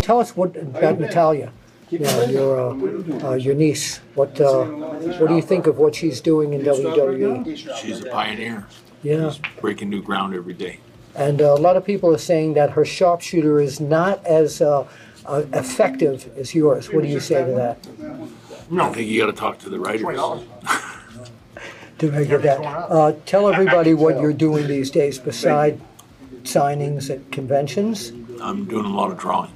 tell us what about Natalia, you know, your, uh, uh, your niece. What, uh, what do you think of what she's doing in WWE? She's uh, a pioneer. Yeah, She's breaking new ground every day. and uh, a lot of people are saying that her sharpshooter is not as uh, uh, effective as yours. What do you say to that? No, I think you gotta talk to the writers. To make it that, uh, tell everybody what you're doing these days beside signings at conventions. I'm doing a lot of drawing.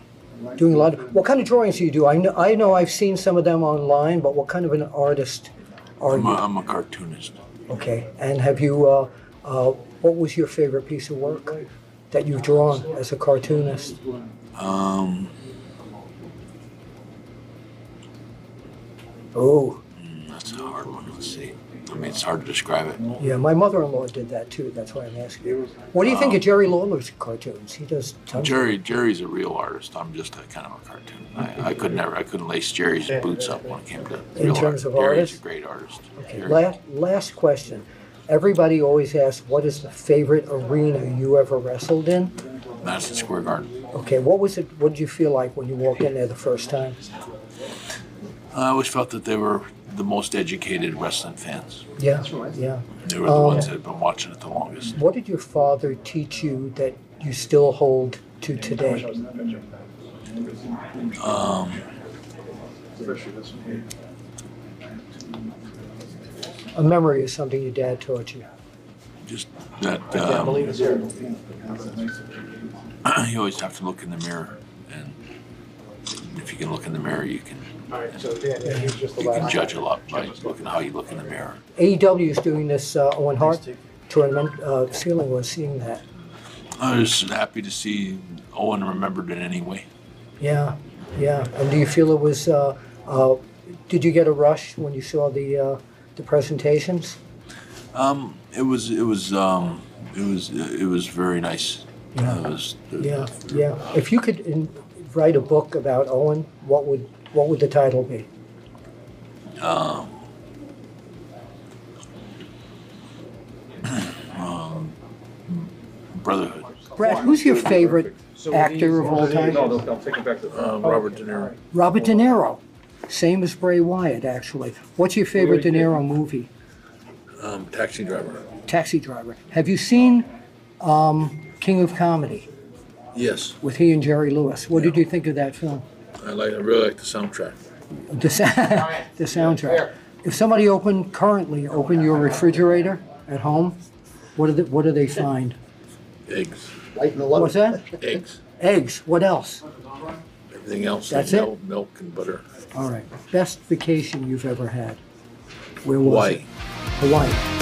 Doing a lot. Of, what kind of drawings do you do? I know, I know I've seen some of them online, but what kind of an artist are I'm a, you? I'm a cartoonist. Okay, and have you, uh, uh, what was your favorite piece of work that you've drawn as a cartoonist? Um, Oh, that's a hard one, let's see. I mean, it's hard to describe it. yeah, my mother-in-law did that too, that's why I'm asking you. What do you think of Jerry Lawler's cartoons? He does tons of, Jerry, Jerry's a real artist. I'm just a kind of a cartoon. I, I could never, I couldn't lace Jerry's boots up when it came to In real terms art. of Jerry's artists? a great artist. okay, Jerry- last, last question. Everybody always asks, what is the favorite arena you ever wrestled in? Madison Square Garden. Okay, what was it, what did you feel like when you walked in there the first time? I always felt that they were the most educated wrestling fans. Yeah, yeah. They Um, were the ones that had been watching it the longest. What did your father teach you that you still hold to today? Um, A memory of something your dad taught you. Just that um, you always have to look in the mirror, and if you can look in the mirror, you can you can judge a lot by looking how you look in the mirror. AEW E is doing this uh, Owen Hart tournament. Uh, Ceiling was seeing that. I was happy to see Owen remembered in any way. Yeah, yeah. And do you feel it was? Uh, uh, did you get a rush when you saw the uh, the presentations? Um, it was it was um, it was it was very nice. Yeah. It was- Yeah, yeah. If you could in, write a book about Owen, what would what would the title be? brotherhood. Brad, who's your favorite actor of all No, time? they'll, they'll take it back to the. Um, Robert De Niro. Robert De Niro. Same as Bray Wyatt, actually. What's your favorite De Niro movie? Um, taxi driver. Taxi Driver. Have you seen um, King of Comedy Yes, with he and Jerry Lewis? What did you think of that film? I like. I really like the soundtrack. The, sa- the soundtrack. If somebody opened currently open your refrigerator at home, what do they, what do they find? Eggs, What's that? eggs, Eggs. What else? everything else. That's it? Milk, milk and butter. All right. Best vacation you've ever had? Where was Hawaii. it? Hawaii.